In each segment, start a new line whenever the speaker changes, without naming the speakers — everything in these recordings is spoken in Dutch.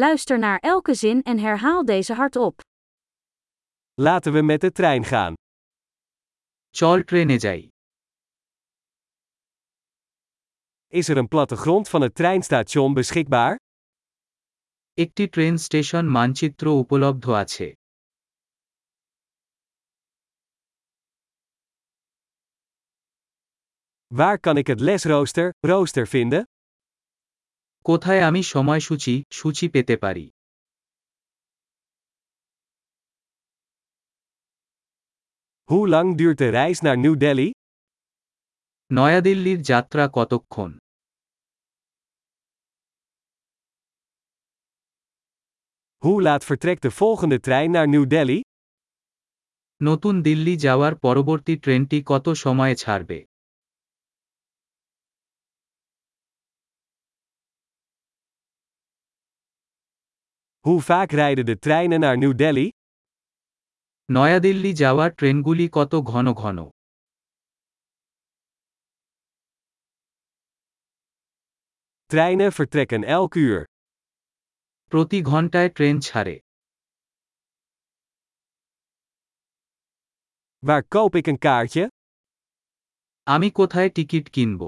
Luister naar elke zin en herhaal deze hardop.
Laten we met de trein gaan.
চল ট্রেনে যাই
Is er een plattegrond van het treinstation beschikbaar?
একটি train station মানচিত্র উপলব্ধ আছে
Waar kan ik het lesrooster, rooster vinden?
কোথায় আমি সময়সূচি সূচি পেতে পারি
Hoe lang duurt de reis naar New Delhi?
নয়াদিল্লির যাত্রা কতক্ষণ
Hoe laat vertrekt de volgende trein naar New Delhi?
নতুন দিল্লি যাওয়ার পরবর্তী ট্রেনটি কত সময়ে ছাড়বে
Hoe vaak rijden de treinen naar New Delhi?
New Delhi যাওয়ার ট্রেনগুলি কত ঘন ঘন
Treinen vertrekken elk uur.
প্রতি ঘন্টায় ট্রেন ছাড়ে
Waar koop ik een kaartje?
আমি কোথায় টিকিট কিনব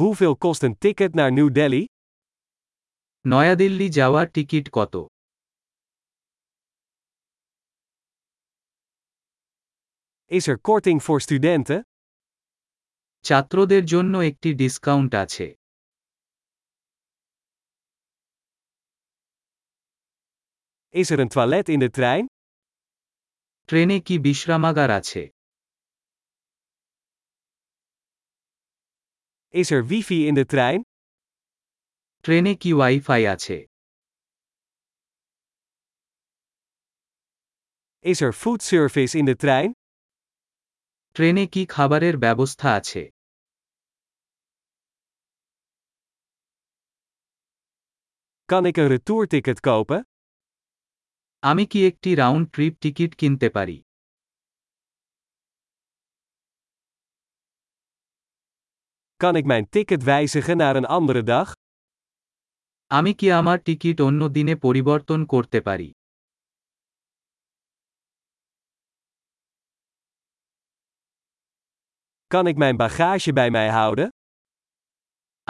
Hoeveel kost een ticket naar New Delhi?
New Delhi যাওয়ার টিকিট কত
Is er korting voor studenten?
ছাত্রদের জন্য একটি ডিসকাউন্ট আছে
Is er een toilet in de trein?
ট্রেনে কি বিশ্রামাগার আছে
Is er wifi in de trein?
ট্রেনে কি ওয়াইফাই আছে
Is er foodservice in de trein?
ট্রেনে কি খাবারের ব্যবস্থা আছে
Kan ik een retourticket kopen?
আমি কি একটি রাউন্ড ট্রিপ টিকিট কিনতে পারি
Kan ik mijn ticket wijzigen naar een andere dag?
আমি কি আমার টিকিট অন্য দিনে পরিবর্তন করতে পারি
Kan ik mijn bagage bij mij houden?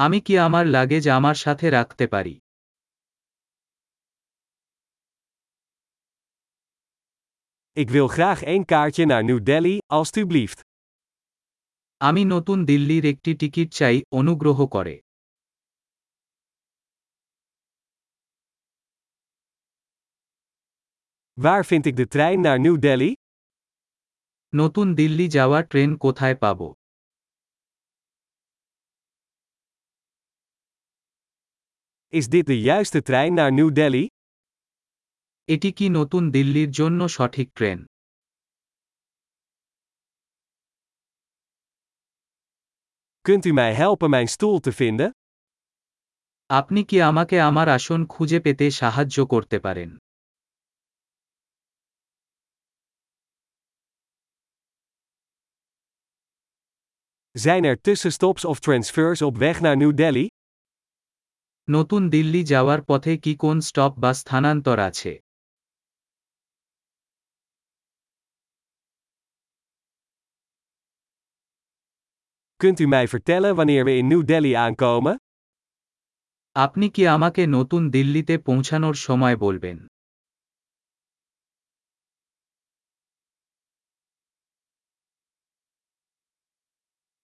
আমি কি আমার লাগেজ আমার সাথে রাখতে পারি
Ik wil graag één kaartje naar New Delhi, alstublieft.
আমি নতুন দিল্লির একটি টিকিট চাই অনুগ্রহ করে
Waar vind ik de trein naar New Delhi?
নতুন দিল্লি যাওয়ার ট্রেন কোথায় পাব
Is dit de juiste trein naar New Delhi?
এটি কি নতুন দিল্লির জন্য সঠিক train
Kunt u mij helpen mijn stoel te vinden?
আপনি কি আমাকে আমার আসন খুঁজে পেতে সাহায্য করতে পারেন
Zijn er tussenstops of transfers op weg naar New Delhi?
নতুন দিল্লি যাওয়ার পথে কি কোন স্টপ বা স্থানান্তর আছে
Kunt u mij vertellen wanneer we in New Delhi aankomen?
আপনি কি আমাকে নতুন দিল্লিতে পৌঁছানোর সময় বলবেন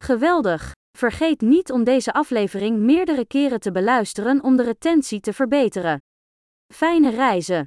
Geweldig! Vergeet niet om deze aflevering meerdere keren te beluisteren om de retentie te verbeteren. Fijne reizen!